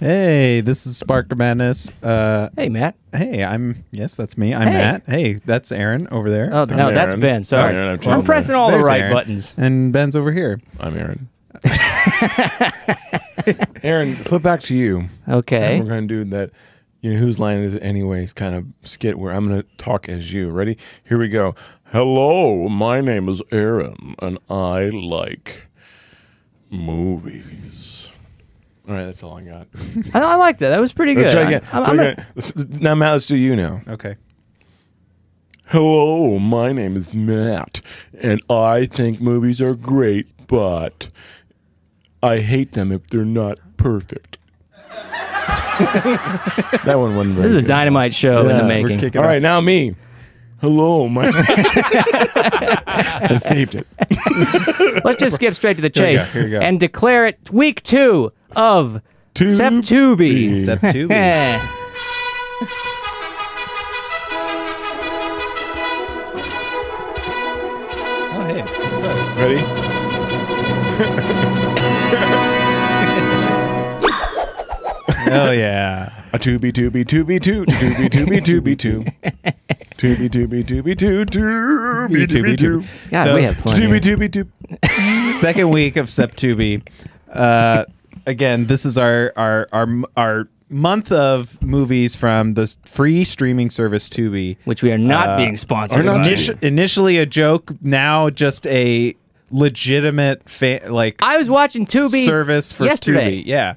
Hey, this is Spark of Madness. Uh, Hey, Matt. hey, I'm yes, that's me. I'm Hey. Matt. Hey, that's Aaron over there. Oh, no, Aaron. that's Ben. Sorry. I'm Aaron, I'm I'm, John. pressing all the There's right Aaron. buttons. and Ben's over here. I'm Aaron. Aaron, flip back to you. Okay. And We're going to do that. You know, whose line is it anyways? Kind of skit where I'm going to talk as you. Ready? Here we go. Hello, my name is Aaron, and I like movies. All right, that's all I got. I, I liked that. That was pretty good. Try I, again. I'm, Try I'm gonna- again. Let's- now, Matt, let's do you now. Okay. Hello, my name is Matt, and I think movies are great, but I hate them if they're not perfect. that one wasn't very this is a good. dynamite show in the Yeah. Uh, We're making. kicking All off. right, now me. Hello, my. I saved it. Let's just skip straight to the we go, chase here we go. and declare it week two of To Septubi. be. Step two. Eh. Oh, hey. What's up? Ready? oh yeah. A two be two be two be two two be two be two be two. Two be two be two be two two be two be two. God, So- we have fun. Two here. be two be two. second week of Septubi. Uh, again, this is our our our our month of movies from the s- free streaming service Tubi. Which we are not Uh, being sponsored not by. being- Initi- initially a joke, now just a legitimate fa- like I was watching Tubi service for yesterday. Tubi. Yeah,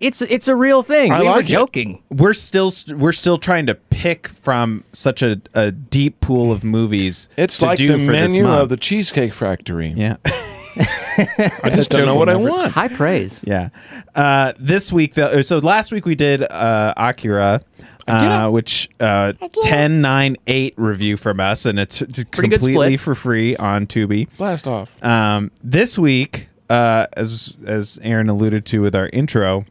It's it's a real thing. I we were like it. joking. we're still st- we're still trying to pick from such a, a deep pool of movies. It's to like do the for this menu month. of the Cheesecake Factory. yeah. I just don't know what I want. High praise. Yeah. Uh, this week, though, so last week we did uh, Akira, uh, which uh, 10, 9, 8 review from us, and it's t- good completely split. for free on Tubi. Blast off. Um, this week, uh, as as Aaron alluded to with our intro,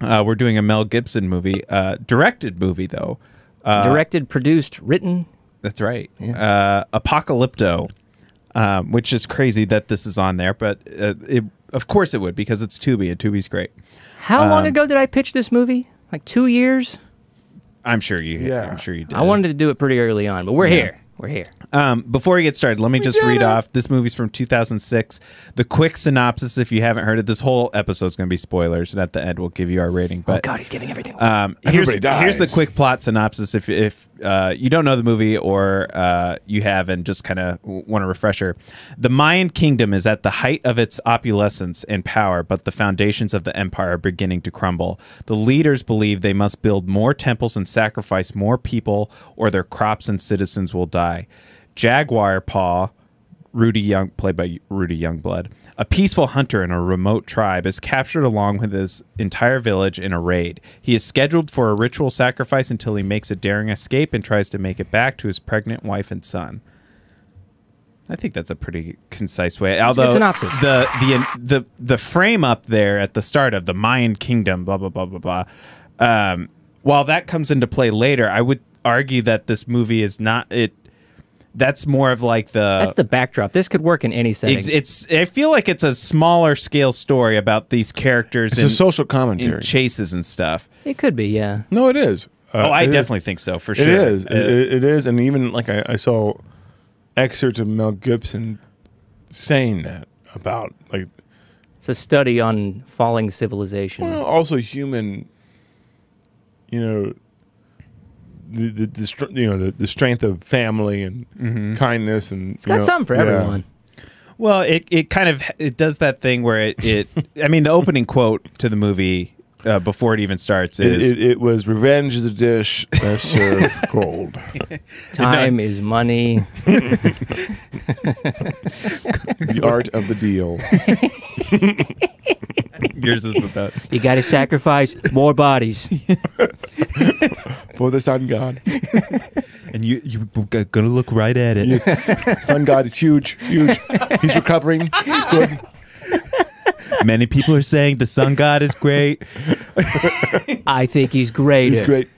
uh, we're doing a Mel Gibson movie, uh, directed movie though. Uh, Directed, produced, written. that's right. Uh, Apocalypto, um, which is crazy that this is on there, but uh, it, of course it would because it's Tubi and Tubi's great. How um, long ago did I pitch this movie? Like two years? I'm sure you. Yeah. Uh, I'm sure you did. I wanted to do it pretty early on, but we're here. We're here. Um, before we get started, let me just read off. This movie's from 2006. The quick synopsis, if you haven't heard it, this whole episode's going to be spoilers, and at the end we'll give you our rating. But Oh, God, he's giving uh, everything. um, here's Everybody dies. here's the quick plot synopsis. If if uh, you don't know the movie or uh, you have and just kind of want a refresher, the Mayan kingdom is at the height of its opulence and power, but the foundations of the empire are beginning to crumble. The leaders believe they must build more temples and sacrifice more people, or their crops and citizens will die. Jaguar Paw, Rudy Young, played by Rudy Youngblood, a peaceful hunter in a remote tribe, is captured along with his entire village in a raid. He is scheduled for a ritual sacrifice until he makes a daring escape and tries to make it back to his pregnant wife and son. I think that's a pretty concise way. Although synopsis. the the the the frame up there at the start of the Mayan kingdom, blah blah blah blah blah. Um, while that comes into play later, I would argue that this movie is not it. That's more of like the That's the backdrop. This could work in any setting. it's, it's I feel like it's a smaller scale story about these characters It's and, a social and commentary. chases and stuff. It could be, yeah. No, it is. Uh, oh, I it is. definitely think so for sure. It is. Uh, It- it- it is. And even like I, I saw excerpts of Mel Gibson saying that about like It's a study on falling civilization. well, also human. You know, the the, the str- you know the, the strength of family and kindness and it's got something for everyone. well, it, it kind of it does that thing where it, it I mean the opening quote to the movie uh, before it even starts It, is it, it was revenge is a dish that served cold. Time is money. The art of the deal. yours is the best. You got to sacrifice more bodies. For the sun god. And you you gonna look right at it. Sun god is huge, huge. He's recovering. He's good. Many people are saying the sun god is great. I think he's great. He's great.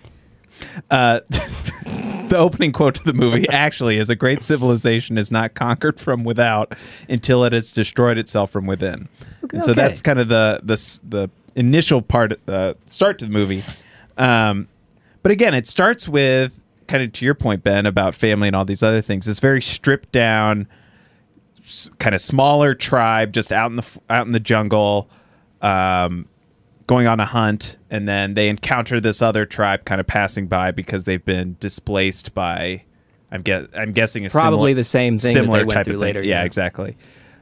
Uh, the opening quote to the movie actually is a great civilization is not conquered from without until it has destroyed itself from within. And so Okay. that's kind of the the s- the initial part, uh, start to the movie. Um, but again, it starts with kind of to your point, Ben, about family and all these other things. It's very stripped down, s- kind of smaller tribe, just out in the f- out in the jungle, um, going on a hunt, and then they encounter this other tribe kind of passing by because they've been displaced by. I'm guess I'm guessing a Probably similar- the same thing that they similar went type through of later, Thing. Yeah, yeah. exactly.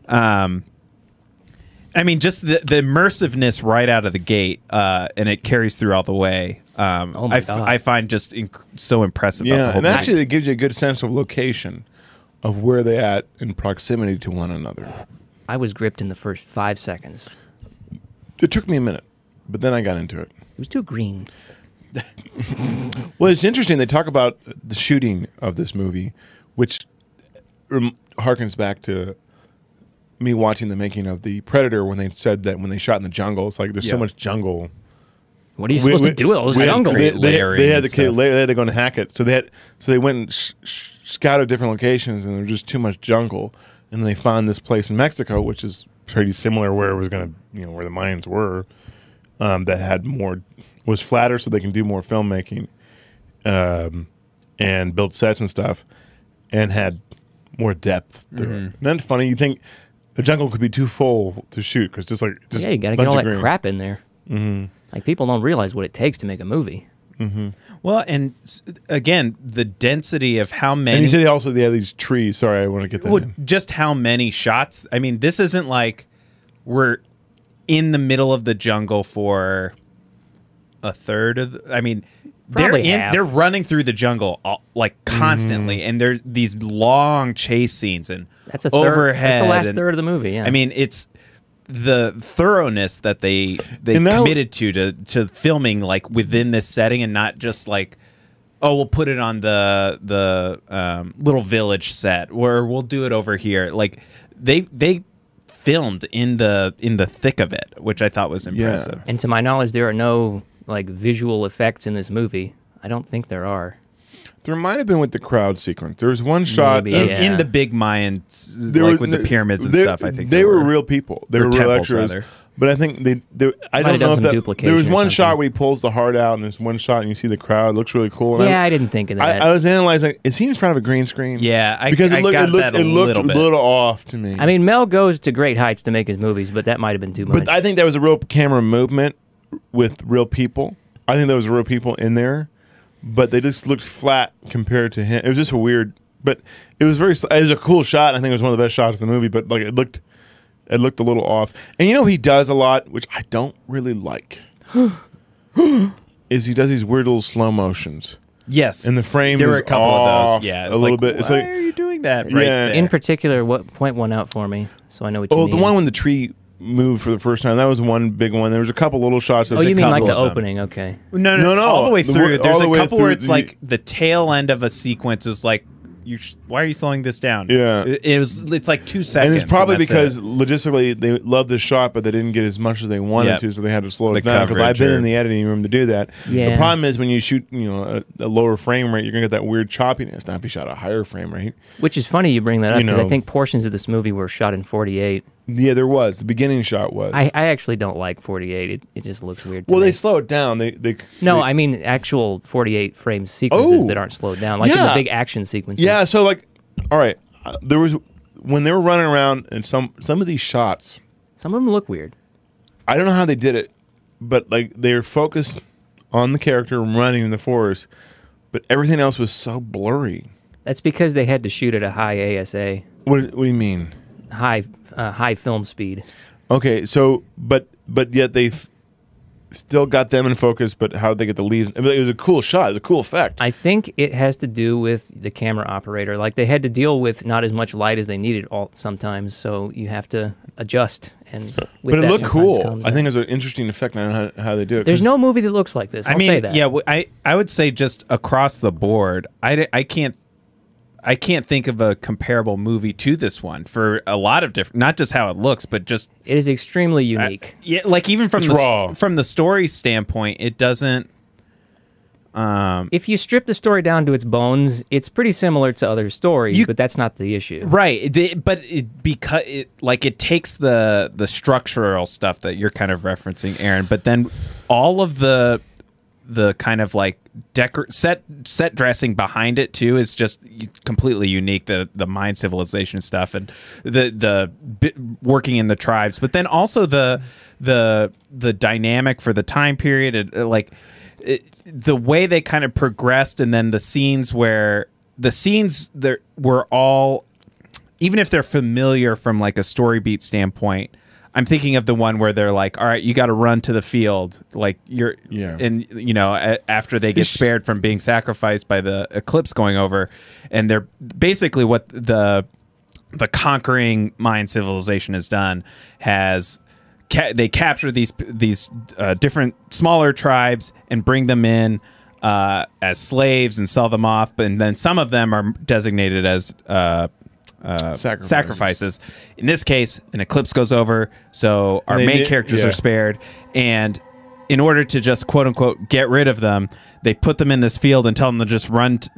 Um, I mean, just the, the immersiveness right out of the gate, uh, and it carries through all the way. Um, Oh my I f- God. I find just inc- so impressive. about the Yeah, whole and thing. actually, it gives you a good sense of location, of where they at in proximity to one another. I was gripped in the first five seconds. It took me a minute, but then I got into it. It was too green. Well, it's interesting. They talk about the shooting of this movie, which rem- harkens back to me watching the making of the Predator when they said that when they shot in the jungle, it's like there's so Yeah. much jungle. What are you We- supposed we- to do with all this we had- jungle? They, Create they- they layering had and to create stuff. layer- they had to go and hack it. So they had, so they went and sh- sh- scouted different locations, and there was just too much jungle. And they found this place in Mexico, which is pretty similar where it was going to, you know, where the mines were, um, that had more was flatter, so they can do more filmmaking, um, and build sets and stuff, and had more depth. to it. And Mm-hmm. that's funny. You think. The jungle could be too full to shoot because just like just yeah, you gotta get bunch all of that green. crap in there. Mm-hmm. Like people don't realize what it takes to make a movie. Well, and s- again, the density of how many. And he said he also they had these trees. Sorry, I want to get that. well, in. just how many shots. I mean, this isn't like we're in the middle of the jungle for a third of. The, I mean, they're Probably in, half. they're running through the jungle all, like constantly, Mm. and there's these long chase scenes and That's a third. overhead. That's the last and- third of the movie. Yeah. I mean, it's the thoroughness that they they And now- committed to to to filming like within this setting and not just like oh we'll put it on the the um, little village set or we'll do it over here like they they filmed in the in the thick of it which I thought was Uh, impressive. and to my knowledge, there are no like visual effects in this movie. I don't think there are. There might have been with the crowd sequence. There was one shot. Maybe. of- In, Yeah. in the big Mayan s- there like with was- the pyramids and they- stuff I think they there were real people. They Or were real temples, extras. rather. But I think they. they I have don't know done if some that, duplication there was or one shot something. where he pulls the heart out, and there's one shot, and you see the crowd. It looks really cool. And yeah, I didn't think of I, that. I was analyzing. Is he in front of a green screen? Yeah, I- because I it looked got it looked, that a it looked little bit. off to me. I mean, Mel goes to great heights to make his movies, but that might have been too much. but I think that was a real camera movement with real people. I think there was real people in there, but they just looked flat compared to him. It was just a weird, but it was very. It was a cool shot. I think it was one of the best shots in the movie. But like it looked, it looked a little off. And you know he does a lot, which I don't really like. is he does these weird little slow motions yes and the frame? there is were a couple of off those yeah a it was little like, bit. why It's like are you doing that right Yeah. there? in particular, what point one out for me, so I know what you oh, mean. the one when the tree moved for the first time. That was one big one. There was a couple little shots. Oh, you mean like the couple of them. opening? Okay. No, no, No, no, no, All the way the through. wo- all There's the a way couple through where it's the- like the tail end of a sequence was like, you sh- why are you slowing this down? Yeah. It, it was. It's like two seconds. and it's probably that's because it. logistically they loved this shot, but they didn't get as much as they wanted Yep. to, so they had to slow The it down. Because I've coverage been or- in the editing room to do that. The Yeah. problem is when you shoot, you know, a, a lower frame rate, you're gonna get that weird choppiness. Now if you shot a higher frame rate, Which is funny you bring that up You because know. I think portions of this movie were shot in 48. yeah, there was the beginning shot was. I, I actually don't like 48. It, it just looks weird. To well, me. they slow it down. They they no, they- I mean actual 48 frame sequences Oh, that aren't slowed down, like in yeah. the big action sequences. Yeah, so like, all right, uh, there was when they were running around and some some of these shots. Some of them look weird. I don't know how they did it, but like they're focused on the character running in the forest, but everything else was so blurry. That's because they had to shoot at a high ASA, What, what do you mean? high uh, high film speed. Okay, so but but yet they f- still got them in focus. But how would they get the leaves? I mean, it was a cool shot. It was a cool effect. I think it has to do with the camera operator. Like they had to deal with not as much light as they needed all sometimes, so you have to adjust. And with but it that looked sometimes cool. comes I in. think it was an interesting effect. And I don't know how, how they do it. there's 'cause- no movie that looks like this. I'll I mean, say that. yeah. w- I I would say just across the board. I di- I can't. I can't think of a comparable movie to this one for a lot of different, not just how it looks, but just It is extremely unique. yeah, like even from It's the s- raw. from the story standpoint, it doesn't. Um, If you strip the story down to its bones, it's pretty similar to other stories, You- but that's not the issue. right, it- it- but it because it like it takes the the structural stuff that you're kind of referencing, Aaron. But then all of the the kind of like decor set set dressing behind it too is just completely unique. The the Mayan civilization stuff and the the bi- working in the tribes, but then also the the the dynamic for the time period, and, uh, like it, the way they kind of progressed, and then the scenes where the scenes that were all even if they're familiar from like a story beat standpoint i'm thinking of the one where they're like all right you got to run to the field like you're Yeah. and you know a- after they get spared from being sacrificed by the eclipse going over and they're basically what the the conquering Mayan civilization has done has ca- they capture these these uh, different smaller tribes and bring them in uh, as slaves and sell them off, and then some of them are designated as uh, uh, Sacrifices. sacrifices. In this case, an eclipse goes over, so our They main did- characters yeah. are spared, and in order to just quote unquote get rid of them, they put them in this field and tell them to just run t-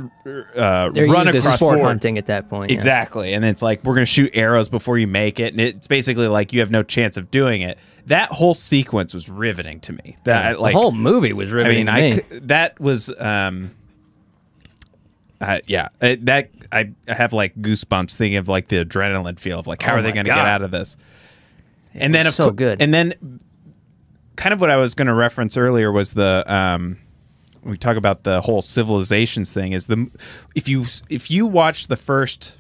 uh, They're run used as across sport forward. hunting at that point. yeah. Exactly. And it's like, we're going to shoot arrows before you make it. And it's basically like you have no chance of doing it. That whole sequence was riveting to me. That, like, the whole movie was I mean, riveting I, to me. c- that was, um, uh, yeah, Uh, that I, I have like goosebumps thinking of like the adrenaline feel of like, how Oh are they my going to get God. out of this? and then was of so cou- good. And then, kind of what I was going to reference earlier was the um, when we talk about the whole civilizations thing is the if you if you watch the first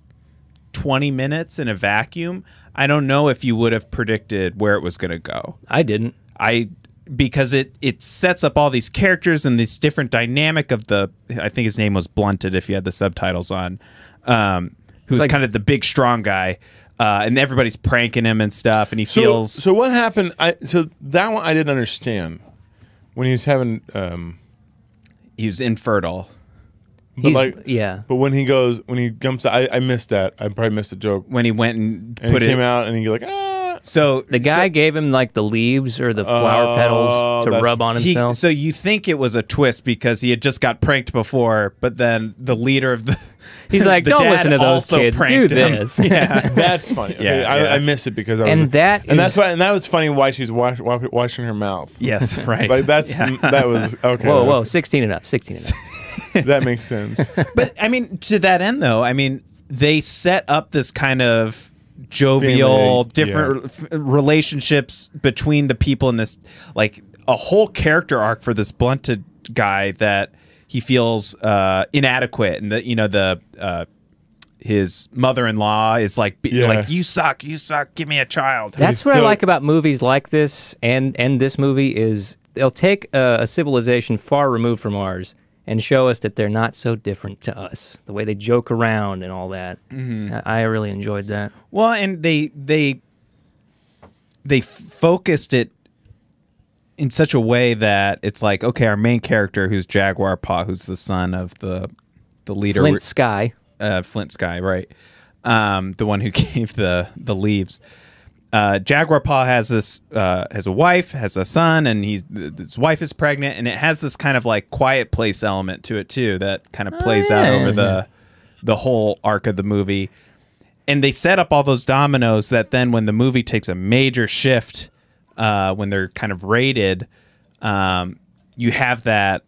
twenty minutes in a vacuum, I don't know if you would have predicted where it was going to go. I didn't. I because it it sets up all these characters and this different dynamic of the I think his name was blunted if you had the subtitles on, um, who's like- kind of the big strong guy, uh, and everybody's pranking him and stuff, and he feels So, so what happened? I so that one I didn't understand when he was having. Um, he was infertile. but He's- like, yeah. But when he goes, when he jumps, I, I missed that. I probably missed the joke. when he went and, And put he it came out and he like ah. So The guy gave him like the leaves or the flower petals to that's- rub on so, he- himself. so you think it was a twist because he had just got pranked before, but then the leader of the He's like, the "Don't dad listen to those also kids. Do pranked him." this. Yeah. That's funny. Okay, Yeah, I, yeah. I missed it because I was And that and that's is- why and that was funny why she's wash, wa- washing her mouth. yes, right. Like that's that was okay. whoa, whoa, sixteen and up, sixteen and up. that makes sense. but I mean, to that end, though, I mean, they set up this kind of jovial, Family, different f- relationships between the people in this, like a whole character arc for this blunted guy that he feels uh, inadequate, and that you know the. Uh, his mother-in-law is like, be, Yeah. like you suck, you suck. Give me a child. That's what I so- like about movies like this and and this movie is they'll take a, a civilization far removed from ours and show us that they're not so different to us. The way they joke around and all that. Mm-hmm. I, I really enjoyed that. Well, and they they they focused it in such a way that it's like okay, our main character, who's Jaguar Paw, who's the son of the the leader, Flint Sky. uh, Flint's guy, right? Um, the one who gave the the leaves. Uh, Jaguar Paw has this uh, has a wife, has a son, and he's th- his wife is pregnant, and it has this kind of like quiet place element to it too that kind of plays out Oh, yeah. over the the whole arc of the movie. And they set up all those dominoes that then when the movie takes a major shift, uh, when they're kind of raided, um, you have that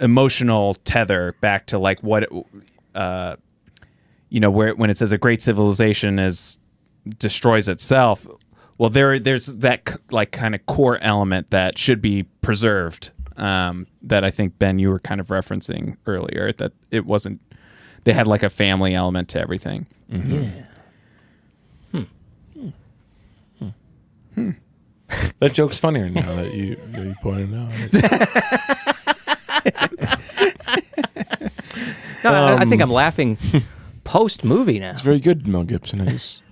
emotional tether back to like what it, uh, you know where when it says a great civilization is destroys itself well there there's that c- like kind of core element that should be preserved um, that I think Ben you were kind of referencing earlier that it wasn't they had like a family element to everything That joke's funnier now that you that you pointed it out. No, I, I think Um, I'm laughing post movie now. It's very good, Mel Gibson. I just,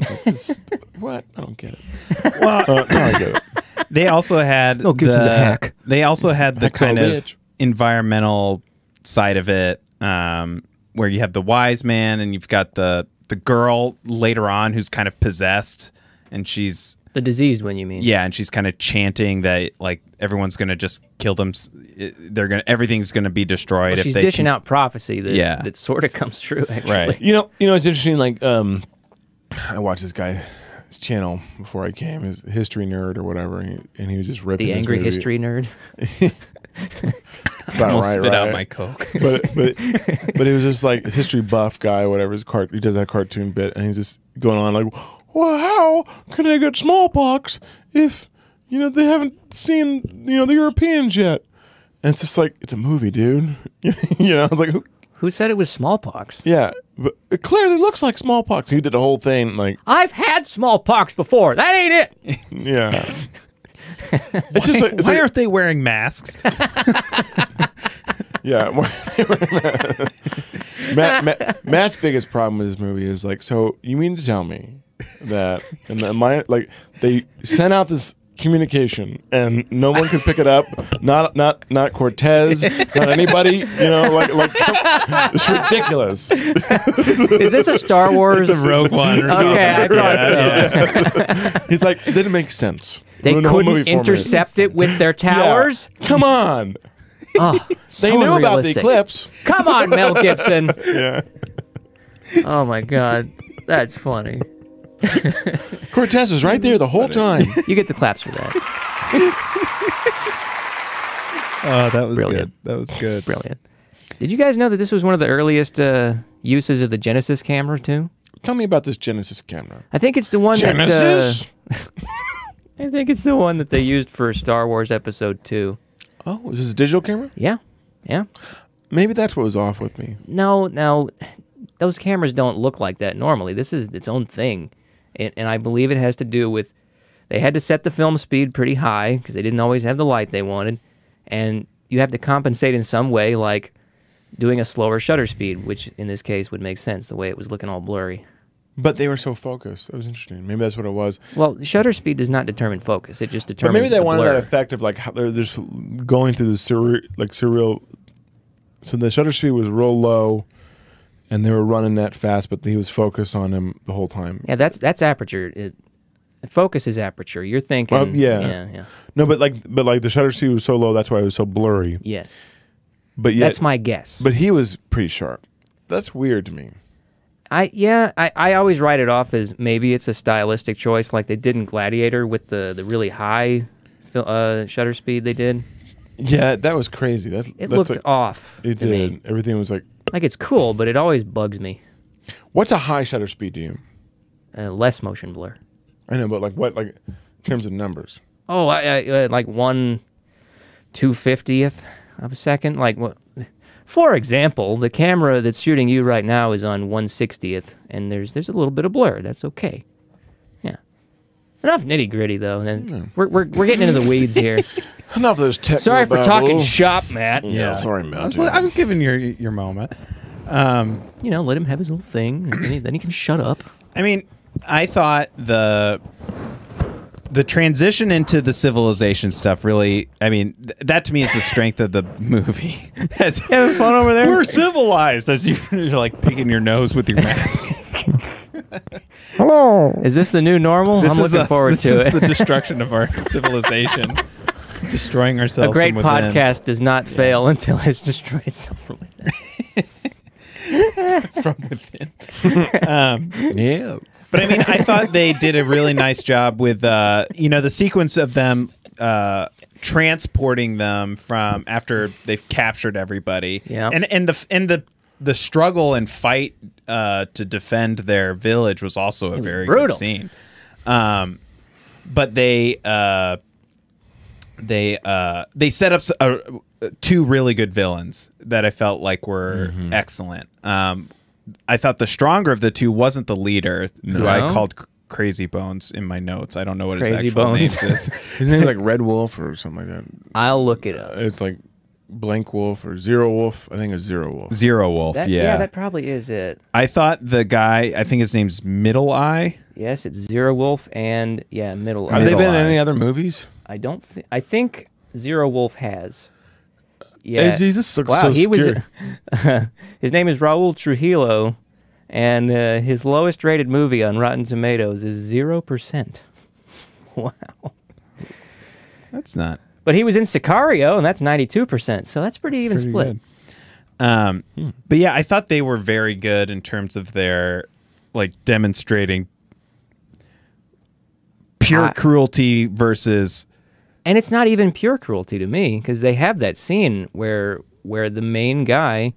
I just- what I don't get it. Uh, now I get it. they also had No, Gibson's the, a hack. They also had the Hacksaw kind of Ridge. environmental side of it, um, where you have the wise man and you've got the the girl later on who's kind of possessed, and she's The diseased one, you mean? Yeah, and she's kind of chanting that like everyone's gonna just kill them. s- it- They're gonna everything's gonna be destroyed Well, if she's they dishing out prophecy that Yeah. that sort of comes true. Actually, Right. You know, you know, it's interesting. Like, um, I watched this guy, his channel before I came, his history nerd or whatever, and he, and he was just ripping the this angry movie. history nerd. It's about I'll right, spit out right. my coke. but but but he was just like a history buff guy, whatever his cart. He does that cartoon bit, and he's just going on like, "Well, how could I get smallpox if you know they haven't seen you know the Europeans yet?" And it's just like it's a movie, dude. you know, I was like, who- Who said it was smallpox? "Yeah, but it clearly looks like smallpox." He did the whole thing, like, I've had smallpox before. That ain't it. yeah. it's just like, it's Why like- aren't they wearing masks? Yeah. Matt, Matt, Matt's biggest problem with this movie is like, so you mean to tell me that and that my like they sent out this communication and no one could pick it up. Not not not Cortez, not anybody. You know, like like it's ridiculous. Is this a Star Wars? the Rogue One. or something. Okay, I thought so. He's like, it didn't make sense. They Ruined the whole couldn't movie for me. intercept it with their Yeah. towers. Come on. Oh, They knew about the eclipse. Come on, Mel Gibson. Oh my God, that's funny. Cortez was right there the whole time. You get the claps for that. Oh, that was Brilliant. good. That was good. Brilliant. Did you guys know that this was one of the earliest uh, uses of the Genesis camera too? Tell me about this Genesis camera. I think it's the one Genesis. that uh, I think it's the one that they used for Star Wars Episode Two. oh, is this a digital camera? Yeah, yeah. Maybe that's what was off with me. No, no, those cameras don't look like that normally. This is its own thing, and, and I believe it has to do with they had to set the film speed pretty high because they didn't always have the light they wanted, and you have to compensate in some way, like doing a slower shutter speed, which in this case would make sense the way it was looking all blurry. But they were so focused. That was interesting. Maybe that's what it was. Well, shutter speed does not determine focus; it just But determines. maybe they the wanted blur. that effect of like how they're, they're just going through the surreal, like surreal. So the shutter speed was real low, and they were running that fast, but he was focused on him the whole time. Yeah, that's that's aperture. It, focus is aperture. You're thinking. Well, yeah. yeah, yeah. No, but like, but like the shutter speed was so low, that's why it was so blurry. Yes, But yet, that's my guess. But he was pretty sharp. That's weird to me. I yeah, I, I always write it off as maybe it's a stylistic choice, like they did in Gladiator with the the really high fil- uh, shutter speed they did. Yeah, that was crazy. That's, It that's looked like- off It to did. me. Everything was like, Like it's cool, but it always bugs me. what's a high shutter speed to you? Uh, less motion blur. I know, but like what, like in terms of numbers? Oh, I, I uh, like one two fiftieth of a second. Like what? For example, the camera that's shooting you right now is on one sixtieth, and there's there's a little bit of blur. That's okay. Yeah. Enough nitty gritty though. And we're, we're we're getting into the weeds here. Enough of those technical Sorry for talking babble. shop, Matt. Yeah, sorry, Matt. I was, I was giving your your moment. Um, You know, let him have his little thing, and then he, then he can shut up. I mean, I thought the the transition into the civilization stuff really. I mean, th- that to me is the strength of the movie. As- phone over there. we're civilized as you, you're like picking your nose with your mask. Is this the new normal? This I'm is looking us. forward This to is it. the destruction of our civilization, destroying ourselves. A great from within. podcast does not fail until it's destroyed itself from within. yeah. But I mean, I thought they did a really nice job with, uh, you know, the sequence of them uh, transporting them from after they've captured everybody. Yeah. And and the and the the struggle and fight uh, to defend their village was also a very brutal. good scene. Um, but they uh, they uh, they set up s- a, two really good villains that I felt like were Mm-hmm. excellent. Um, I thought the stronger of the two wasn't the leader, who I No? called C- Crazy Bones in my notes. I don't know what his Crazy actual Bones. name is. His name's like Red Wolf or something like that. I'll look it up. It's like Blank Wolf or Zero Wolf. I think it's Zero Wolf. Zero Wolf. That- yeah, that probably is it. I thought the guy. I think his name's Middle Eye. Yes, it's Zero Wolf and yeah, Middle. Have Eye. they been in Eye. any other movies? I don't. Th- I think Zero Wolf has. Yeah. Hey, Jesus, looks wow, so he scary. was. his name is Raul Trujillo, and uh, his lowest rated movie on Rotten Tomatoes is zero percent. wow. That's not. But he was in Sicario, and that's 92%. So that's pretty even pretty split. good. Um, But yeah, I thought they were very good in terms of their like demonstrating pure I- cruelty versus and it's not even pure cruelty to me because they have that scene where where the main guy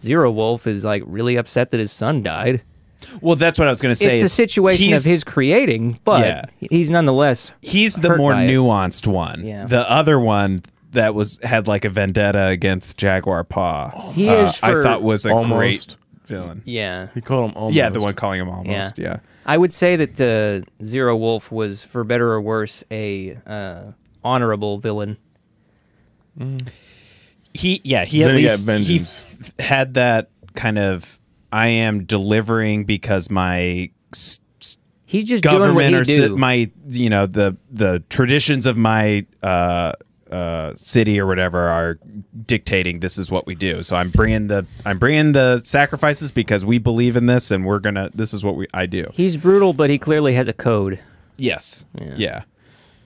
zero wolf is like really upset that his son died well that's what i was going to say it's a is situation he's, of his creating but Yeah. he's nonetheless he's the hurt more by it. nuanced one Yeah. the other one that was had like a vendetta against jaguar paw He uh, is i for- thought was a Almost. great villain yeah He called him almost. yeah the one calling him almost yeah, i would say that uh, zero wolf was for better or worse a uh, honorable villain he yeah he at Then he got least he vengeance. f- had that kind of i am delivering because my s- s- he's just doing what government he or do ci- my you know the the traditions of my uh uh city or whatever are dictating this is what we do so i'm bringing the i'm bringing the sacrifices because we believe in this and we're gonna this is what we i do he's brutal but he clearly has a code yes yeah,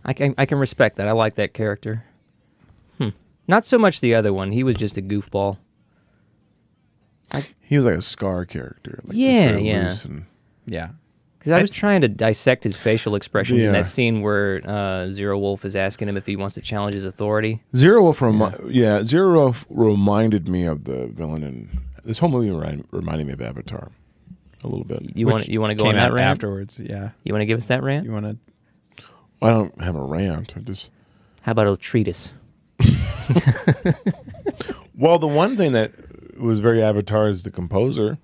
I can I can respect that. I like that character. Hmm. Not so much the other one. He was just a goofball. He was like a scar character. Like just Yeah, very yeah. loose and- Yeah. Because I was trying to dissect his facial expressions in Yeah. that scene where uh, Zero Wolf is asking him if he wants to challenge his authority. Zero Wolf, remi- yeah. Zero Wolf reminded me of the villain in this whole movie. Remind, reminded me of Avatar a little bit. You want Which you want to go came on that out rant? afterwards yeah You want to give us that rant? you want to I don't have a rant. I just How about a treatise? well, the one thing that was very Avatar is the composer.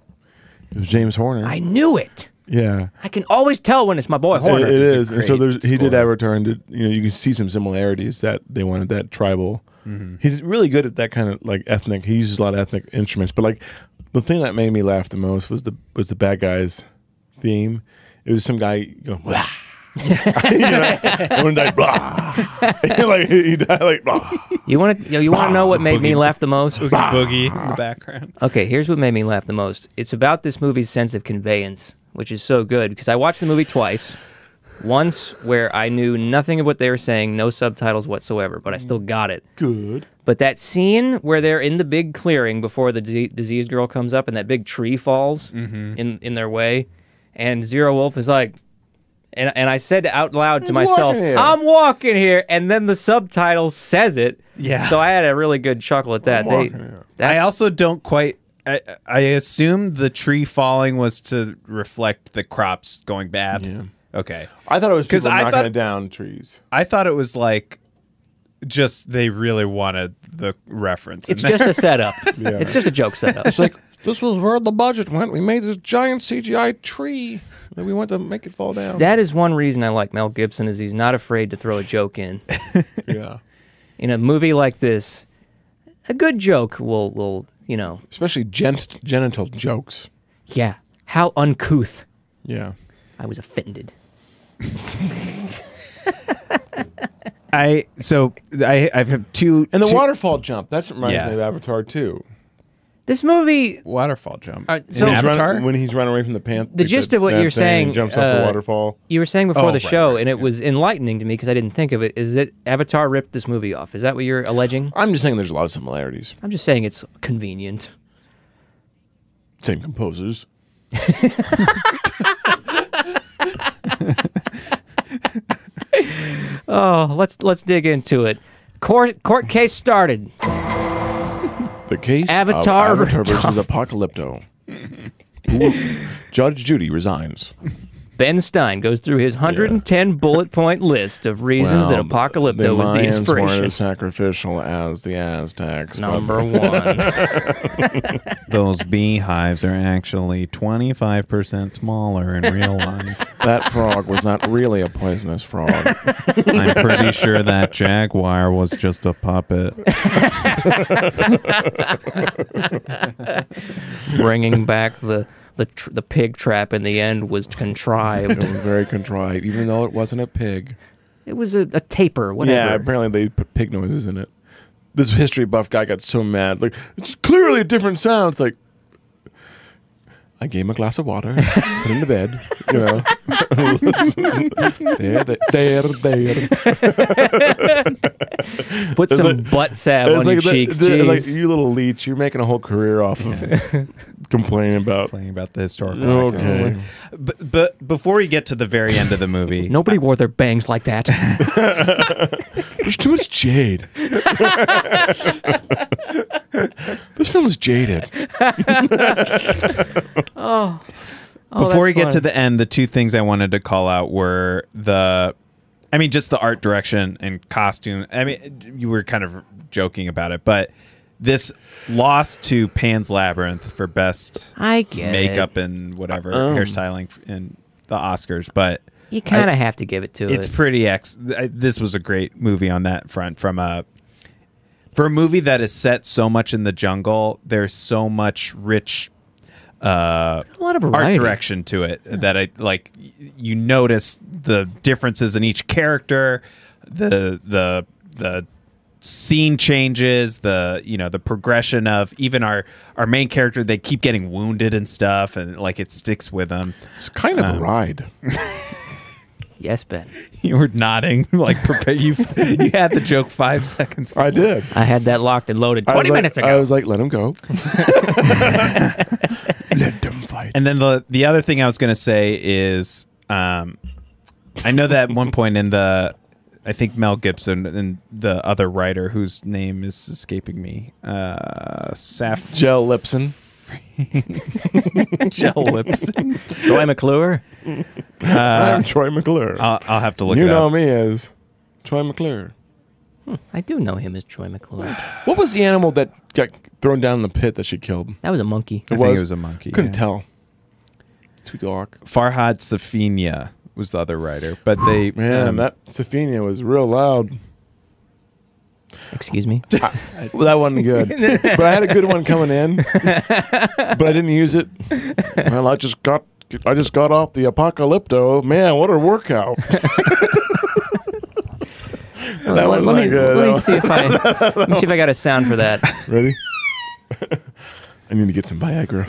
It was James Horner. I knew it. yeah, I can always tell when it's my boy Horner. it it is a is. And so great there's he did scorer. Avatar, and did, you know you can see some similarities that they wanted that tribal. Mm-hmm. He's really good at that kind of like ethnic. He uses a lot of ethnic instruments, but like the thing that made me laugh the most was the was the bad guys theme. It was some guy going. Blah. you know, and when like, blah. like he died like blah. You want to you want to know what made me laugh the most? boogie in the background Okay, here's what made me laugh the most. It's about this movie's sense of conveyance, which is so good because I watched the movie twice. Once where I knew nothing of what they were saying, no subtitles whatsoever, but I still got it. good. But that scene where they're in the big clearing before the d- disease girl comes up and that big tree falls Mm-hmm. in in their way, and Zero Wolf is like, and and I said out loud to He's myself, walking here. "I'm walking here," and then the subtitle says it. Yeah. So I had a really good chuckle at that. They, walking here. I that's- also don't quite. I, I assume the tree falling was to reflect the crops going bad. Okay. I thought it was 'Cause people I knocking thought- it down trees. I thought it was like just they really wanted the reference. in it's there. just a setup. It's just a joke setup. It's like this was where the budget went. We made this giant CGI tree that we went to make it fall down. That is one reason I like Mel Gibson is he's not afraid to throw a joke in. yeah. In a movie like this, a good joke will will, you know, especially gent- genital jokes. yeah, how uncouth. Yeah. I was offended. I so I I have two And the two- waterfall jump, that's what reminds Yeah. me of Avatar too. This movie waterfall jump. All right, so- in He's Avatar. Run, when he's running away from the panther. The gist of what you're saying, jumps off uh, the waterfall. you were saying before Oh, the right, show, right, and it was enlightening to me because I didn't think of it, is that Avatar ripped this movie off. Is that what you're alleging? I'm just saying there's a lot of similarities. I'm just saying it's convenient. Same composers. Oh, let's let's dig into it. Court court case started. The case Avatar of Avatar ripped versus Apocalypto. Ooh. Judge Judy resigns. Ben Stein goes through his 110 bullet point list of reasons that the Apocalypto was the Mayans weren't inspiration. as sacrificial as the Aztecs. but Number one. Those beehives are actually twenty five percent smaller in real life. that frog was not really a poisonous frog. I'm pretty sure that jaguar was just a puppet. Bringing back the the tr- the pig trap in the end was contrived. It was very contrived, even though it wasn't a pig. it was a, a taper, whatever. Yeah, apparently they put pig noises in it. This history buff guy got so mad. Like, it's clearly a different sound. It's like, I gave him a glass of water, put him to bed, you know. there, there, there, there. Put some like- butt salve on It's your the- cheeks. the- Jeez. like, you little leech, you're making a whole career off of complaining Oh. about. Playing about the historical. Okay. accuracy. But, but before we get to the very end of the movie, Nobody wore their bangs like that. There's too much jade. this film is jaded. oh. before we get to the end, the two things I wanted to call out were the, I mean, just the art direction and costume. I mean, you were kind of joking about it, but this loss to Pan's Labyrinth for best I Um. get makeup and whatever hairstyling and the Oscars, but You kind of have to give it to it's it. pretty ex. I, this was a great movie on that front. From a for a movie that is set so much in the jungle, there's so much rich uh, a lot of variety. art direction to it that I like. y- You notice the differences in each character, the the the scene changes the you know the progression of even our our main character they keep getting wounded and stuff and like it sticks with them It's kind of a ride. Yes, Ben. you were nodding like prepare you you had the joke five seconds I did. I had that locked and loaded I 20 was like- minutes ago. I was like, let him go. let them fight. And then the the other thing I was gonna say is, um, I know that at one point in the, I think Mel Gibson and the other writer whose name is escaping me, uh, Saf Jell Lipson. Jell Lipson. Troy McClure. I'm Troy McClure. Uh, I'll, I'll have to look. you it know up. me as Troy McClure. I do know him as Troy McClure. What was the animal that got thrown down in the pit that she killed? That was a monkey. I think it was a monkey. Couldn't yeah. tell. Too dark. Farhad Safinia was the other writer, but they Man, um, that Sophenia was real loud. Excuse me. Well, that wasn't good. but I had a good one coming in, but I didn't use it. Well, I just got I just got off the apocalypto. Man, what a workout! Let- one's let, not me, good, let that uh, me one. see if I let me see if I got a sound for that. Ready? I need to get some Viagra.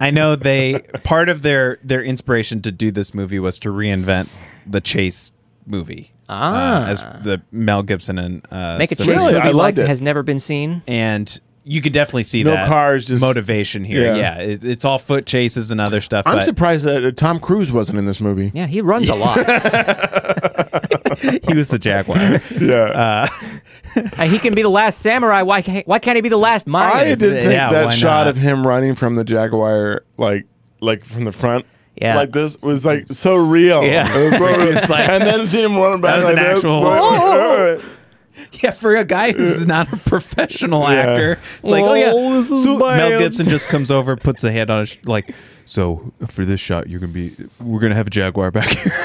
I know they part of their their inspiration to do this movie was to reinvent the chase movie. Ah. Uh, as the Mel Gibson and uh, Make a Safinia- chase Really? I movie like loved that it. has never been seen. and you can definitely see No that cars, just- motivation here. yeah. Yeah, it, it's all foot chases and other stuff. I'm but surprised that uh, Tom Cruise wasn't in this movie. Yeah, he runs a lot. Uh, he was the jaguar. Yeah, Uh, he can be the last samurai. Why can't, why can't he be the last Mayan? I did think yeah, that why not? shot of him running from the Jaguar, like like from the front. Yeah. Like this was like so real. Yeah. It was so real. It's like- and then see him running back. was like an this. actual- Whoa. yeah, for a guy who's not a professional Yeah. actor, it's like, oh, Oh, yeah. this is So Mel bad. Gibson just comes over, puts a hand on his sh- like. So for this shot, you're gonna be, we're gonna have a jaguar back here.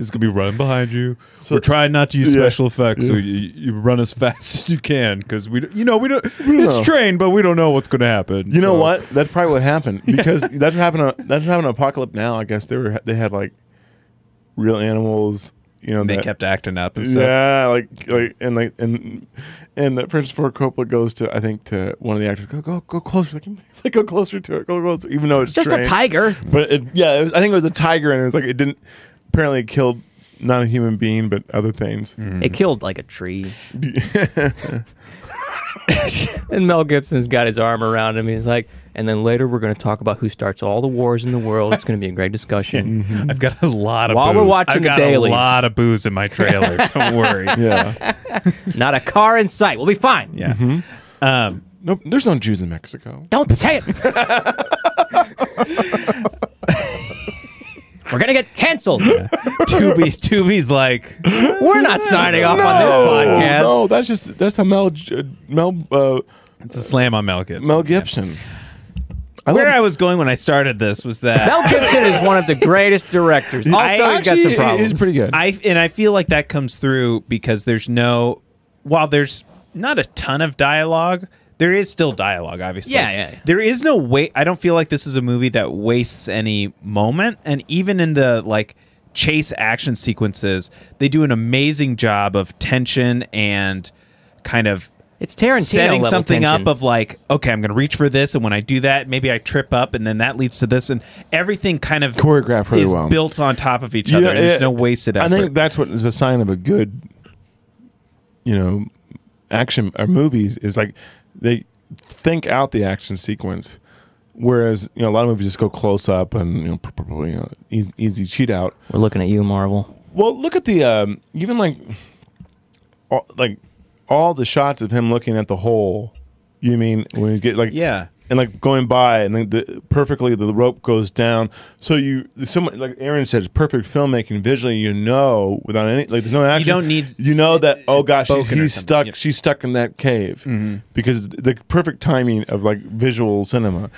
it's gonna be running behind you. we're trying not to use Yeah. special effects, so you, you run as fast as you can because we, don't- you know, we don't. know. It's trained, but we don't know what's gonna happen. You know so- what? That's probably what happened because that's what happened. To, that's what happened to Apocalypse Now. I guess they were they had like real animals. You know They that- kept acting up and stuff. Yeah, like like and like and and that Prince Ford Coppola goes to I think to one of the actors. Go go go closer. Like, like go closer to it. Go closer. Even though it's Just a trained. tiger. But it, yeah, it was, I think it was a tiger, and it was like it didn't. Apparently, it killed not a human being, but other things. It killed like a tree. and Mel Gibson's got his arm around him. He's like, and then later we're going to talk about who starts all the wars in the world. It's going to be a great discussion. I've got a lot of While we're booze. watching I've the got a dailies. lot of booze in my trailer. Don't worry. Yeah. Not a car in sight. We'll be fine. Yeah. Mm-hmm. Um, nope. There's no Jews in Mexico. Don't say it. we're going to get canceled. Tubi, Tubi's like, We're not signing off on this podcast. Oh, No, that's just that's a Mel J- Mel uh, it's a slam on Mel Gibson. Mel Gibson. I Where love- I was going when I started this was that Mel Gibson is one of the greatest directors. Also, he's got Actually, some he- problems. He's pretty good. I and I feel like that comes through because there's no while there's not a ton of dialogue, there is still dialogue obviously. Yeah, yeah, yeah. There is no way I don't feel like this is a movie that wastes any moment and even in the like chase action sequences, they do an amazing job of tension and kind of It's Tarantino setting level something tension. up of like, okay, I'm going to reach for this, and when I do that, maybe I trip up, and then that leads to this, and everything kind of Choreographed really is well. built on top of each other. and yeah. there's no wasted effort. I think that's what is a sign of a good, you know, action or movies is like they think out the action sequence, whereas you know a lot of movies just go close up and you know, pr- pr- pr- you know easy, easy cheat out. We're looking at you, Marvel. Well, look at the um, even like, all, like all the shots of him looking at the hole. You mean when you get like Yeah. and like going by and then the, perfectly the rope goes down. So you so much, like Aaron said, it's perfect filmmaking visually. You know without any like there's no action. don't need- you know that oh it's gosh he's, spoken or he's something. Mm-hmm. stuck Yep. she's stuck in that cave because the perfect timing of like visual cinema.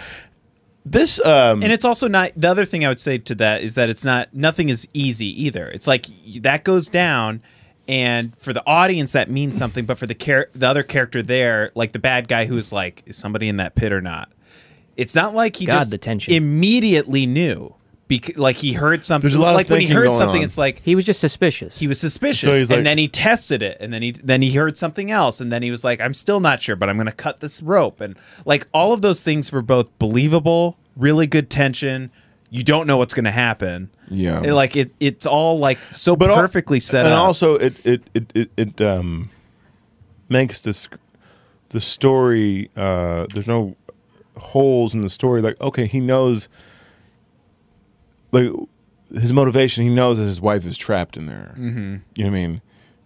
This um And it's also not the other thing I would say to that is that it's not nothing is easy either. It's like y- that goes down, and for the audience that means something, but for the char- the other character there, like the bad guy who's like, is somebody in that pit or not? It's not like he God, just the tension. immediately knew, bec- like he heard something. There's a lot of like when he thinking heard going something, on. it's like He was just suspicious. he was suspicious So he's like- and then he tested it and then he then he heard something else and then he was like i'm still not sure but i'm gonna cut this rope and like all of those things were both believable really good tension you don't know what's gonna happen Yeah. And, like it it's all like so al- perfectly set and up also it it it it, it um, makes this the story. Uh, there's no holes in the story. Like okay, he knows. Like his motivation, he knows that his wife is trapped in there. Mm-hmm. You know what I mean?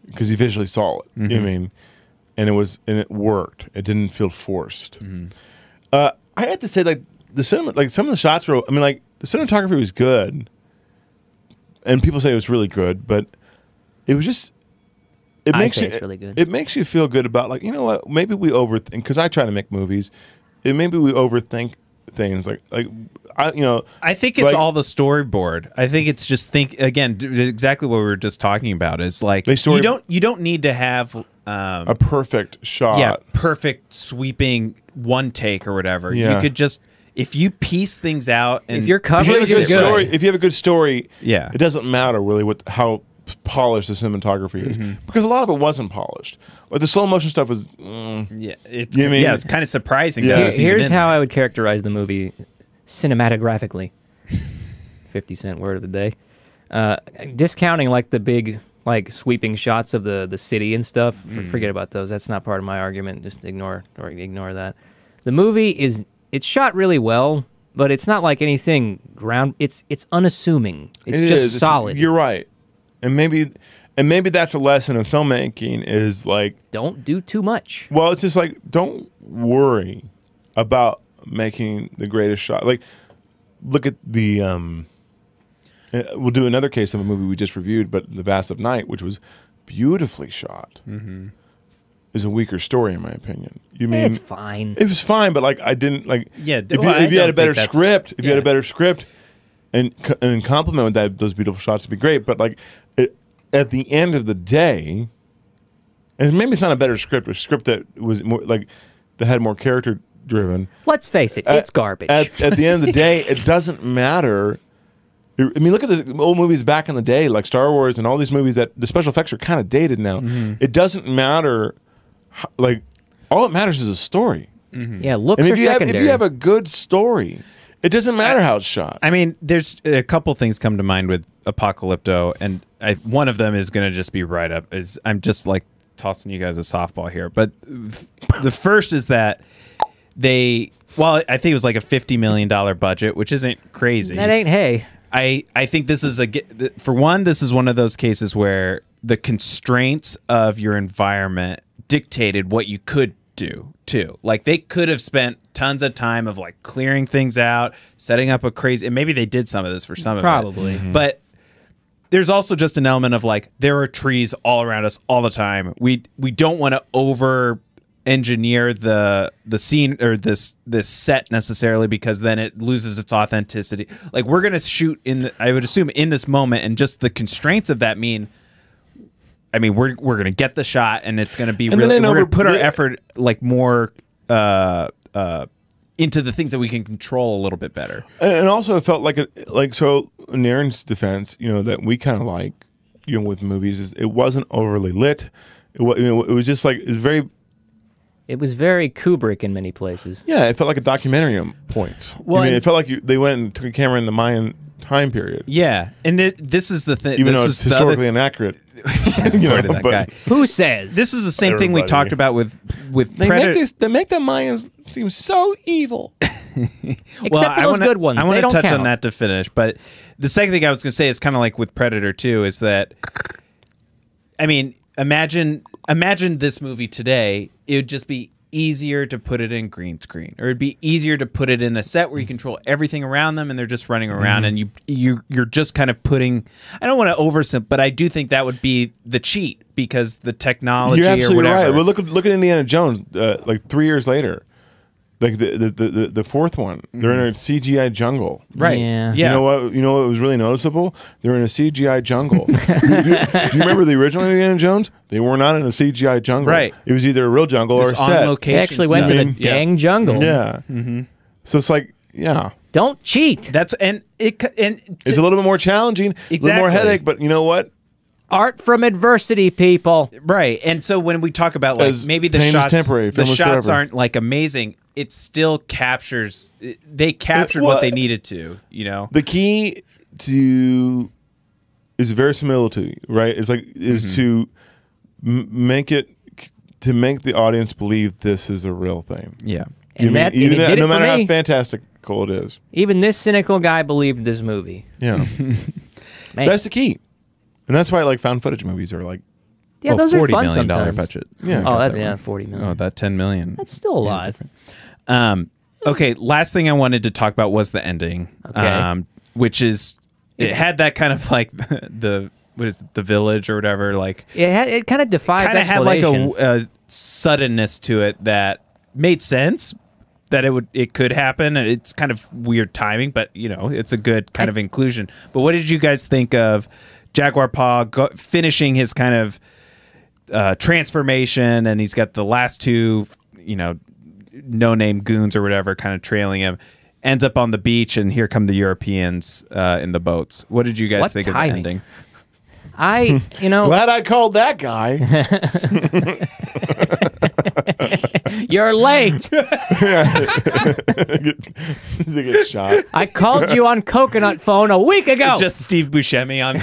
Because he visually saw it. You know Mm-hmm. what I mean? And it was and it worked. It didn't feel forced. Mm-hmm. Uh, I had to say like the cinema, like some of the shots were. I mean, like the cinematography was good and people say it was really good, but it was just. It I makes say you, it's really good. It makes you feel good about like you know what? Maybe we overthink because I try to make movies, and maybe we overthink things like like I you know I think it's like, all the storyboard. I think it's just think again d- exactly what we were just talking about. Is like They story- you don't you don't need to have um, a perfect shot. yeah, perfect sweeping one take or whatever. Yeah. You could just if you piece things out and If you're If you covering have a it good good, story, if you have a good story, Yeah. it doesn't matter really what how polished the cinematography is Mm-hmm. because a lot of it wasn't polished. Like the slow motion stuff was. mm, yeah, it's You mean- yeah, it's kind of surprising. That Yeah. it Here- was even here's in how there. I would characterize the movie cinematographically. 50 cent word of the day. Uh, discounting like the big like sweeping shots of the the city and stuff. F- Hmm. Forget about those. That's not part of my argument. Just ignore or ignore that. The movie is it's shot really well, but it's not like anything ground it's it's unassuming. It's It just is. solid. You're right, and maybe and maybe that's a lesson in filmmaking is like Don't do too much. Well, it's just like don't worry about making the greatest shot. Like, look at the. um uh, We'll do another case of a movie we just reviewed, but The Vast of Night, which was beautifully shot, is a weaker story in my opinion. You mean it's fine. it was fine, but like I didn't like. Yeah, if d- you, well, I if you had a don't think better that's- script, if you had a yeah. better script, and c- and compliment with that those beautiful shots would be great. But like, it, at the end of the day, and maybe it's not a better script, a script that was more like that had more character driven. Let's face it, At- it's garbage. At, at the end of the day, it doesn't matter. I mean, look at the old movies back in the day, like Star Wars and all these movies that the special effects are kind of dated now. Mm-hmm. It doesn't matter. ho- Like, all it matters is a story. yeah, looks I mean, are if you, have, secondary. if you have a good story, it doesn't matter how it's shot. I mean, there's a couple things come to mind with Apocalypto, and I, one of them is going to just be right up. Is I'm just like tossing you guys a softball here, but f- the first is that they, well, I think it was like a fifty million dollar budget, which isn't crazy. that ain't hey. I I think this is a ge- th- for one this is one of those cases where the constraints of your environment dictated what you could do too. Like they could have spent tons of time of like clearing things out, setting up a crazy and maybe they did some of this for some of Probably. it. Probably. But there's also just an element of like there are trees all around us all the time. We we don't want to over engineer the the scene or this this set necessarily because then it loses its authenticity. Like we're gonna shoot in the, I would assume in this moment and just the constraints of that mean. I mean we're we're gonna get the shot and it's gonna be And then really they know we're gonna we're- put our they- effort like more uh uh into the things that we can control a little bit better. And- And also, it felt like a, like so. In Aaron's defense, you know that we kind of like you know with movies is it wasn't overly lit. It was, it was just like it's very It was very Kubrick in many places. Yeah, it felt like a documentary on points. Well, I mean, and- it felt like you, they went and took a camera in the Mayan time period, Yeah, and it, this is the thing. even this though was it's historically inaccurate. you know, the other, that but guy. Who says? This is the same thing we Everybody. talked about with with They Predator. make this. They make the Mayans seem so evil. Except for those wanna, good ones. I They wanna don't touch on count. that to finish. But the second thing I was going to say is kind of like with Predator 2 is that, I mean, imagine imagine this movie today. It would just be easier to put it in green screen or it'd be easier to put it in a set where you control everything around them and they're just running around Mm-hmm. and you you you're just kind of putting I don't want to oversimp but I do think that would be the cheat because the technology You're or absolutely whatever right. Well, look at look at Indiana Jones. Uh, like three years later, like the the the, the, the fourth one, they're in a CGI jungle. Mm-hmm. right Yeah. yeah You know what? You know what was really noticeable? They're in a CGI jungle. do, you, do you remember the original Indiana Jones? They were not in a CGI jungle. Right. It was either a real jungle This or a set. on they location actually went to stuff. the mean, Yeah. dang jungle. Yeah. Mm-hmm. So it's like, yeah, Don't cheat. That's and it c- and to- it's a little bit more challenging, a little more Exactly. headache. But you know what? Art from adversity, people. right. And so when we talk about like As maybe the pain is shots, temporary, the film is shots forever. aren't like amazing. It still captures. it- They captured well, what they needed to. You know. The key to is verisimilitude, right? It's like is Mm-hmm. to m- make it to make the audience believe this is a real thing. yeah. And You that mean- and it even did no it for matter me. how fantastical it is. Even this cynical guy believed this movie. Yeah. Man. That's the key. And that's why like found footage movies are like yeah, those are fun Oh, dollar sometimes. budget. Yeah. Oh, that, that yeah, forty million. Oh, that ten million. That's still a lot. Um, okay, last thing I wanted to talk about was the ending, Okay. um, which is it had that kind of like the what is it, the village or whatever, like It had, it kind of defies kind of had like explanation. a, a suddenness to it that made sense that it would it could happen. It's kind of weird timing, but you know it's a good kind of inclusion. But what did you guys think of Jaguar Paw go- finishing his kind of uh, transformation, and he's got the last two, you know, no name goons or whatever, kind of trailing him. Ends up on the beach, and here come the Europeans uh, in the boats. What did you guys What think of timing? the ending? I, you know, glad I called that guy. you're late. they get shot. I called you on coconut phone a week ago. Just Steve Buscemi on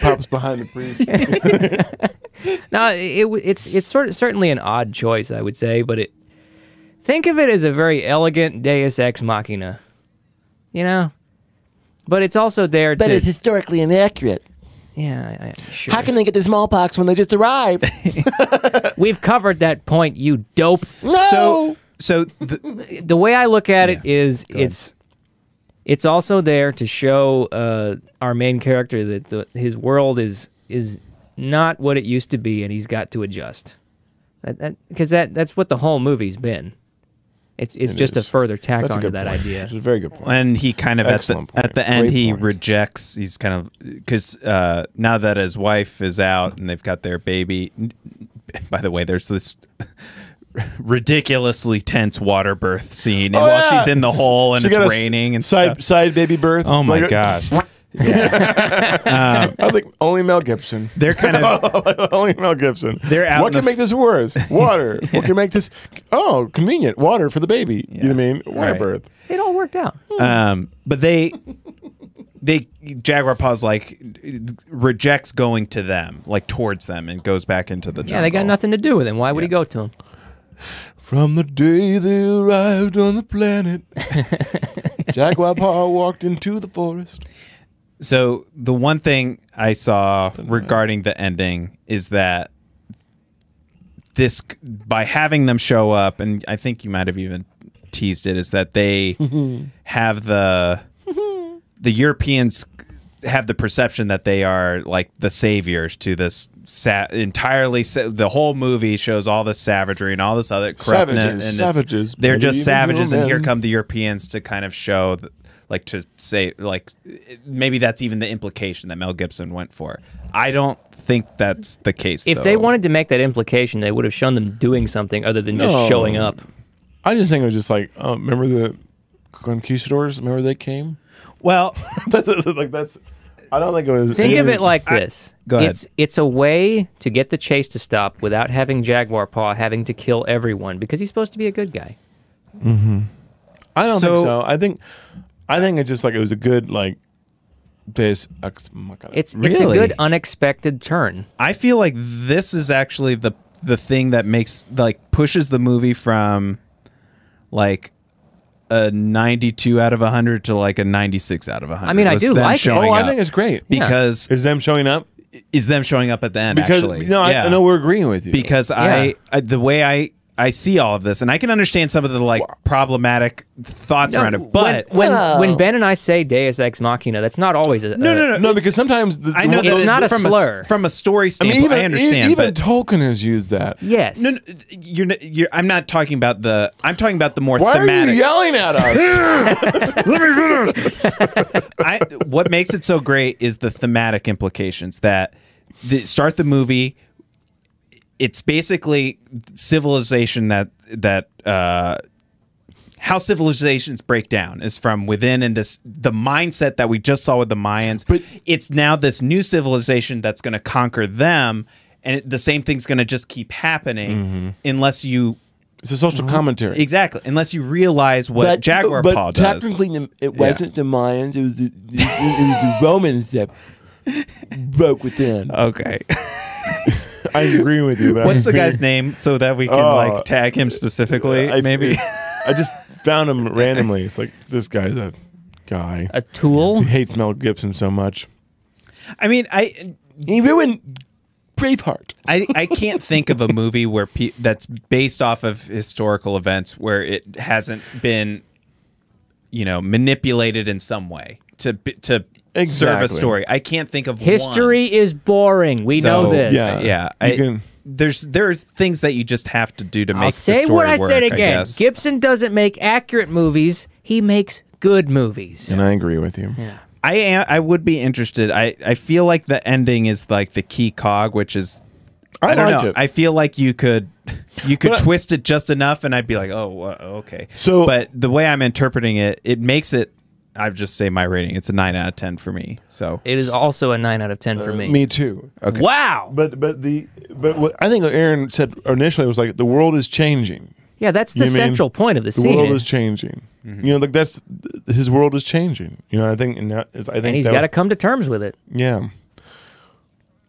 Pops behind the priest. No, it, w it's it's sort of, certainly an odd choice, I would say, but it think of it as a very elegant Deus ex machina, you know. But it's also there But to it's historically inaccurate. yeah, I, sure. How can they get the smallpox when they just arrived? We've covered that point, you dope. No. So, so the, The way I look at it is it's it's also there to show uh, our main character that the, his world is is not what it used to be, and he's got to adjust. That that because that, that's what the whole movie's been. It's it's just is. a further tack That's a onto good that point. idea. That's a very good point. and he kind of at the, Excellent point. at the end Great he point. rejects. He's kind of because uh, now that his wife is out and they've got their baby. By the way, there's this ridiculously tense water birth scene, and Oh, while yeah. she's in the hole and She got it's a s- raining and side stuff. side baby birth. Oh my Like, gosh, I think only Mel Gibson. they're kind of only Mel Gibson. They're out What in can the make this worse? Water. what can make this? Oh, convenient. Water for the baby. You know what I mean? Water Right. birth. It all worked out. Um, but they, they Jaguar Paw's like rejects going to them, like towards them, and goes back into the jungle. Yeah, they got nothing to do with him. Why would he go to him? From the day they arrived on the planet, Jaguar Paw walked into the forest. So the one thing I saw regarding the ending is that this by having them show up, and I think you might have even teased it, is that they have the the Europeans have the perception that they are like the saviors to this sa- entirely sa- the whole movie shows all this savagery and all this other corruptness Savages, and it's- savages, they're just believe in savages and your here men. come um, the Europeans to kind of show th- like to say like it- maybe that's even the implication that Mel Gibson went for I don't think that's the case If though. they wanted to make that implication, they would have shown them doing something other than just No. showing up. I just think it was just like, oh, remember the conquistadors? Remember they came? well That's- that's- like that's I don't think it was. Think of any- it like this. Go ahead. It's it's a way to get the chase to stop without having Jaguar Paw having to kill everyone because he's supposed to be a good guy. I don't So- think so. I think I think it's just like it was a good like oh this. Ex machina. It's it's a Really? good unexpected turn. I feel like this is actually the the thing that makes like pushes the movie from like a 92 out of 100 to like a 96 out of 100. I mean, I was do them like it. showing oh, I up. think it's great because is them showing up is them showing up at the end because actually. no, I, I Yeah. know we're agreeing with you because Yeah. I, I the way I I see all of this and I can understand some of the like problematic thoughts around No, it, but when when, when Well- Ben and I say Deus Ex Machina, that's not always a no, a- no, no, no, because sometimes the, I know the- It's that not a from slur. A, from a story I mean, standpoint. I, even, understand, but even Tolkien has used that. Yes. No, no, you're, n- you're. I'm not talking about the. I'm talking about the more Why thematic. are you yelling at us? I, what makes it so great is the thematic implications that the, start the movie. It's basically civilization that that uh, how civilizations break down is from within, and this the mindset that we just saw with the Mayans. But- it's now this new civilization that's going to conquer them, and it, the same thing's going to just keep happening Mm-hmm. unless you it's a social commentary. exactly unless you realize what Jaguar but Paw does. technically, the- it wasn't the Mayans. It was the, the- it was the Romans that broke with them. Okay. I agree with you. But What's I the guy's name so that we can Oh, like tag him specifically? I- maybe. I just found him randomly. It's like this guy's a guy. a tool. He hates Mel Gibson so much. I mean, I he ruined Braveheart. I, I can't think of a movie where pe- that's based off of historical events where it hasn't been, you know, manipulated in some way to b- to serve Exactly. a story. I can't think of one. History is boring. We know So, this. Yeah, yeah. I, You can- there's there are things that you just have to do to make I'll the say story what I work, said again. guess. Gibson doesn't make accurate movies. He makes good movies. And I agree with you. I am. I would be interested. I I feel like the ending is like the key cog, which is. I I, don't liked know. it. I feel like you could, you could But I- twist it just enough, and I'd be like, oh, wha- okay. So- but the way I'm interpreting it, it makes it. I just say my rating. It's a nine out of ten for me. So It is also a nine out of ten for Uh, me. Uh, Me too. Wow. But but the but what I think what Aaron said initially was like the world is changing. yeah, that's You the mean central point of the, The scene. world is changing. You know, like that's his world is changing. You know, I think and that is I think and he's that- got to come to terms with it. yeah.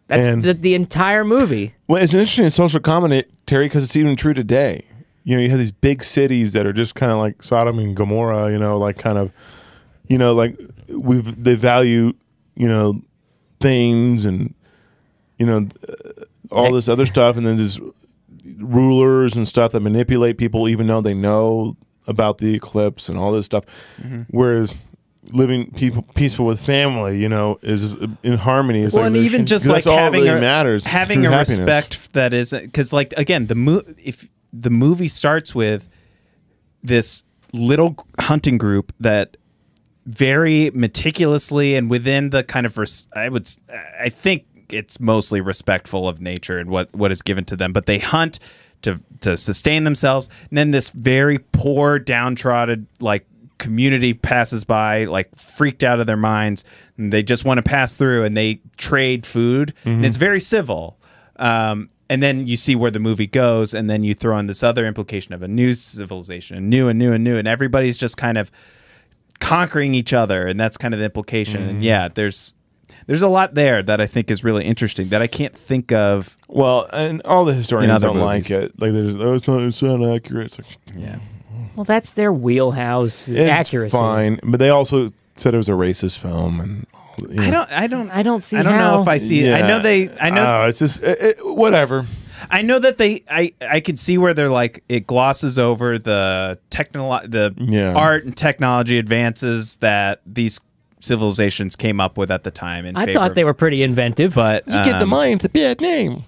That's And- the, the entire movie. Well, it's an interesting social commentary because it's even true today. You know, you have these big cities that are just kind of like Sodom and Gomorrah. You know, like kind of, you know, like we've they value, you know, things and, you know, uh, all this other stuff, and then there's rulers and stuff that manipulate people, even though they know about the eclipse and all this stuff. Mm-hmm. Whereas living people peaceful with family, you know, is in harmony. Is well, and even just like that's all having really a, matters. having true a happiness. respect that is because like again the mo- if the movie starts with this little g- hunting group that very meticulously and within the kind of res- I would s- I think it's mostly respectful of nature and what what is given to them but they hunt to to sustain themselves and then this very poor downtrodden like community passes by like freaked out of their minds and they just want to pass through and they trade food and it's very civil um, and then you see where the movie goes, and then you throw in this other implication of a new civilization, and new and new and new, and everybody's just kind of conquering each other, and that's kind of the implication. And yeah, there's there's a lot there that I think is really interesting that I can't think of. Well, and all the historians In other don't like it. Like, there's oh, it's not, it's not accurate. It's, like, Yeah, Well, that's their wheelhouse. it's accuracy. fine, but they also said it was a racist film, and all the- you I know. don't, I don't, I don't see I don't know how. if I see. it. I know Yeah. they, I know, Oh, it's just it, it, whatever. I know that they. I I could see where they're like it glosses over the technolo- the Yeah. art and technology advances that these civilizations came up with at the time. In I favor thought of- they were pretty inventive. but You get the um, Mayans a bad name.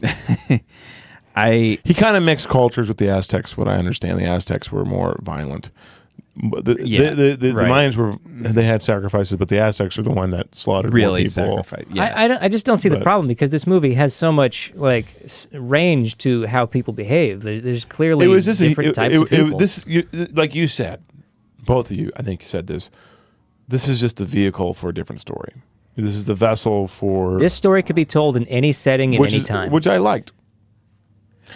I He kind of mixed cultures with the Aztecs. What I understand, the Aztecs were more violent. But the, Yeah, the, the, the, right. Mayans were they had sacrifices, but the Aztecs are the one that slaughtered really more people. sacrificed. Yeah, I, I, don't, I just don't see the problem because this movie has so much like s- range to how people behave. There, there's clearly It was just different it, types it, of it- people. this, you, like you said, both of you, I think said this. This is just the vehicle for a different story. This is the vessel for This story could be told in any setting, in which any is- time. which I liked.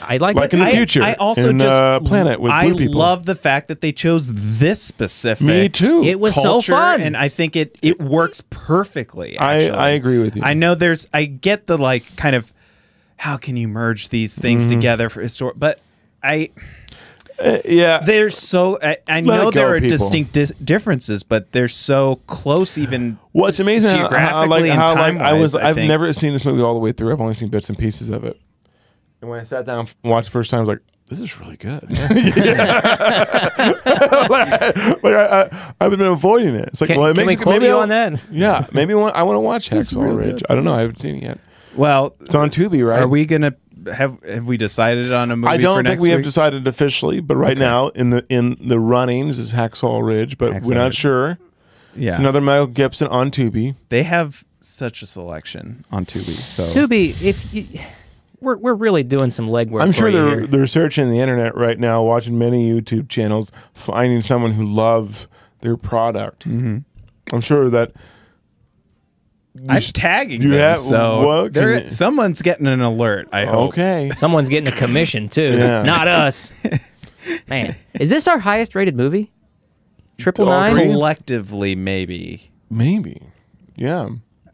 I like, like it. in the I- future. I also in, just uh, planet with I blue people. love the fact that they chose this specific. Me too. It was so culture, fun. and I think it it works perfectly. I, actually. I agree with you. I know there's I get the like kind of how can you merge these things Mm-hmm. together for histor but I Uh, yeah. they're so I, I Let know it go, there are people. distinct dis- differences, but they're so close even. Well, it's amazing how, how, like, geographically and how like I was. time-wise, I I've think. never seen this movie all the way through. I've only seen bits and pieces of it. And when I sat down and watched the first time, I was like, "This is really good." like, I, I, I've been avoiding it. It's like, Can- well, it can makes we quote maybe you I'll- on that? Yeah, maybe I want, I want to watch Hacksaw really Ridge. good. I don't know. I haven't seen it yet. Well, It's on Tubi, right? are we gonna have have we decided on a movie? I for don't think next we have week? decided officially, but right now in the in the runnings is Hacksaw Ridge, but Hacksaw we're not Ridge. sure. Yeah, It's another Mel Gibson on Tubi. they have such a selection on Tubi. So Tubi, if you, we're we're really doing some legwork. I'm for sure you they're here. they're searching the internet right now, watching many YouTube channels, finding someone who love their product. Mm-hmm. I'm sure that I'm tagging you them. have- so well, can there- you- someone's getting an alert. I hope. okay. Someone's getting a commission too, Yeah. not us. Man, is this our highest rated movie? Triple All nine? three. Collectively, maybe. Maybe, yeah.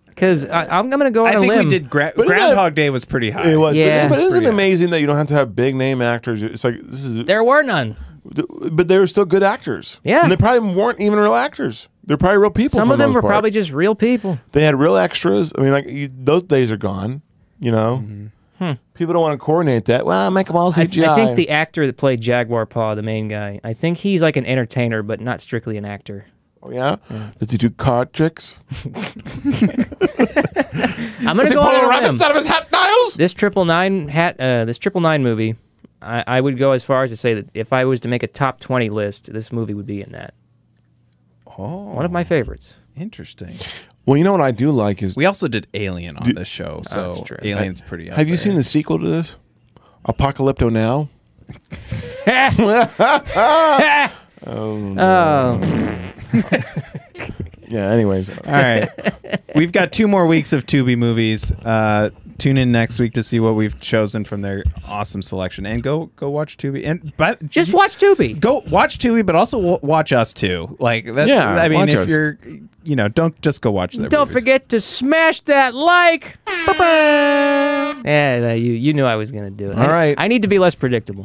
Because I'm gonna go I on a think limb. we did. Gra- But it- Groundhog Day was pretty high. It was, Yeah. but isn't Pretty it high. amazing that you don't have to have big name actors? It's like this is, There were none. but they were still good actors. Yeah. and they probably weren't even real actors. They're probably real people. Some for of the them most were part. probably just real people. they had real extras. I mean, like you, those days are gone. You know, people don't want to coordinate that. Well, make them all Mm-hmm. Hmm. I, CGI. I think the actor that played Jaguar Paw, the main guy, I think he's like an entertainer, but not strictly an actor. oh, yeah? Hmm. Did he do card tricks? I'm gonna go on a limb. out of his hat, Niles. This triple nine hat, uh, this triple nine movie, I, I would go as far as to say that if I was to make a top twenty list, this movie would be in that. Oh, One of my favorites. interesting. Well, you know what I do like is We also did Alien on this show, so that's true. Alien's pretty. up have you there. seen the sequel to this? Apocalypto Now. Oh, Yeah. Anyways, All right, we've got two more weeks of Tubi movies. Uh, tune in next week to see what we've chosen from their awesome selection, and go go watch Tubi. And but just watch Tubi. Go watch Tubi, but also w- watch us too. Like that. Yeah, I mean, watch if us. you're, you know, don't just go watch their. Don't movies. forget to smash that like. Ba-ba. Yeah, no, you you knew I was gonna do it. All I- right. I need to be less predictable.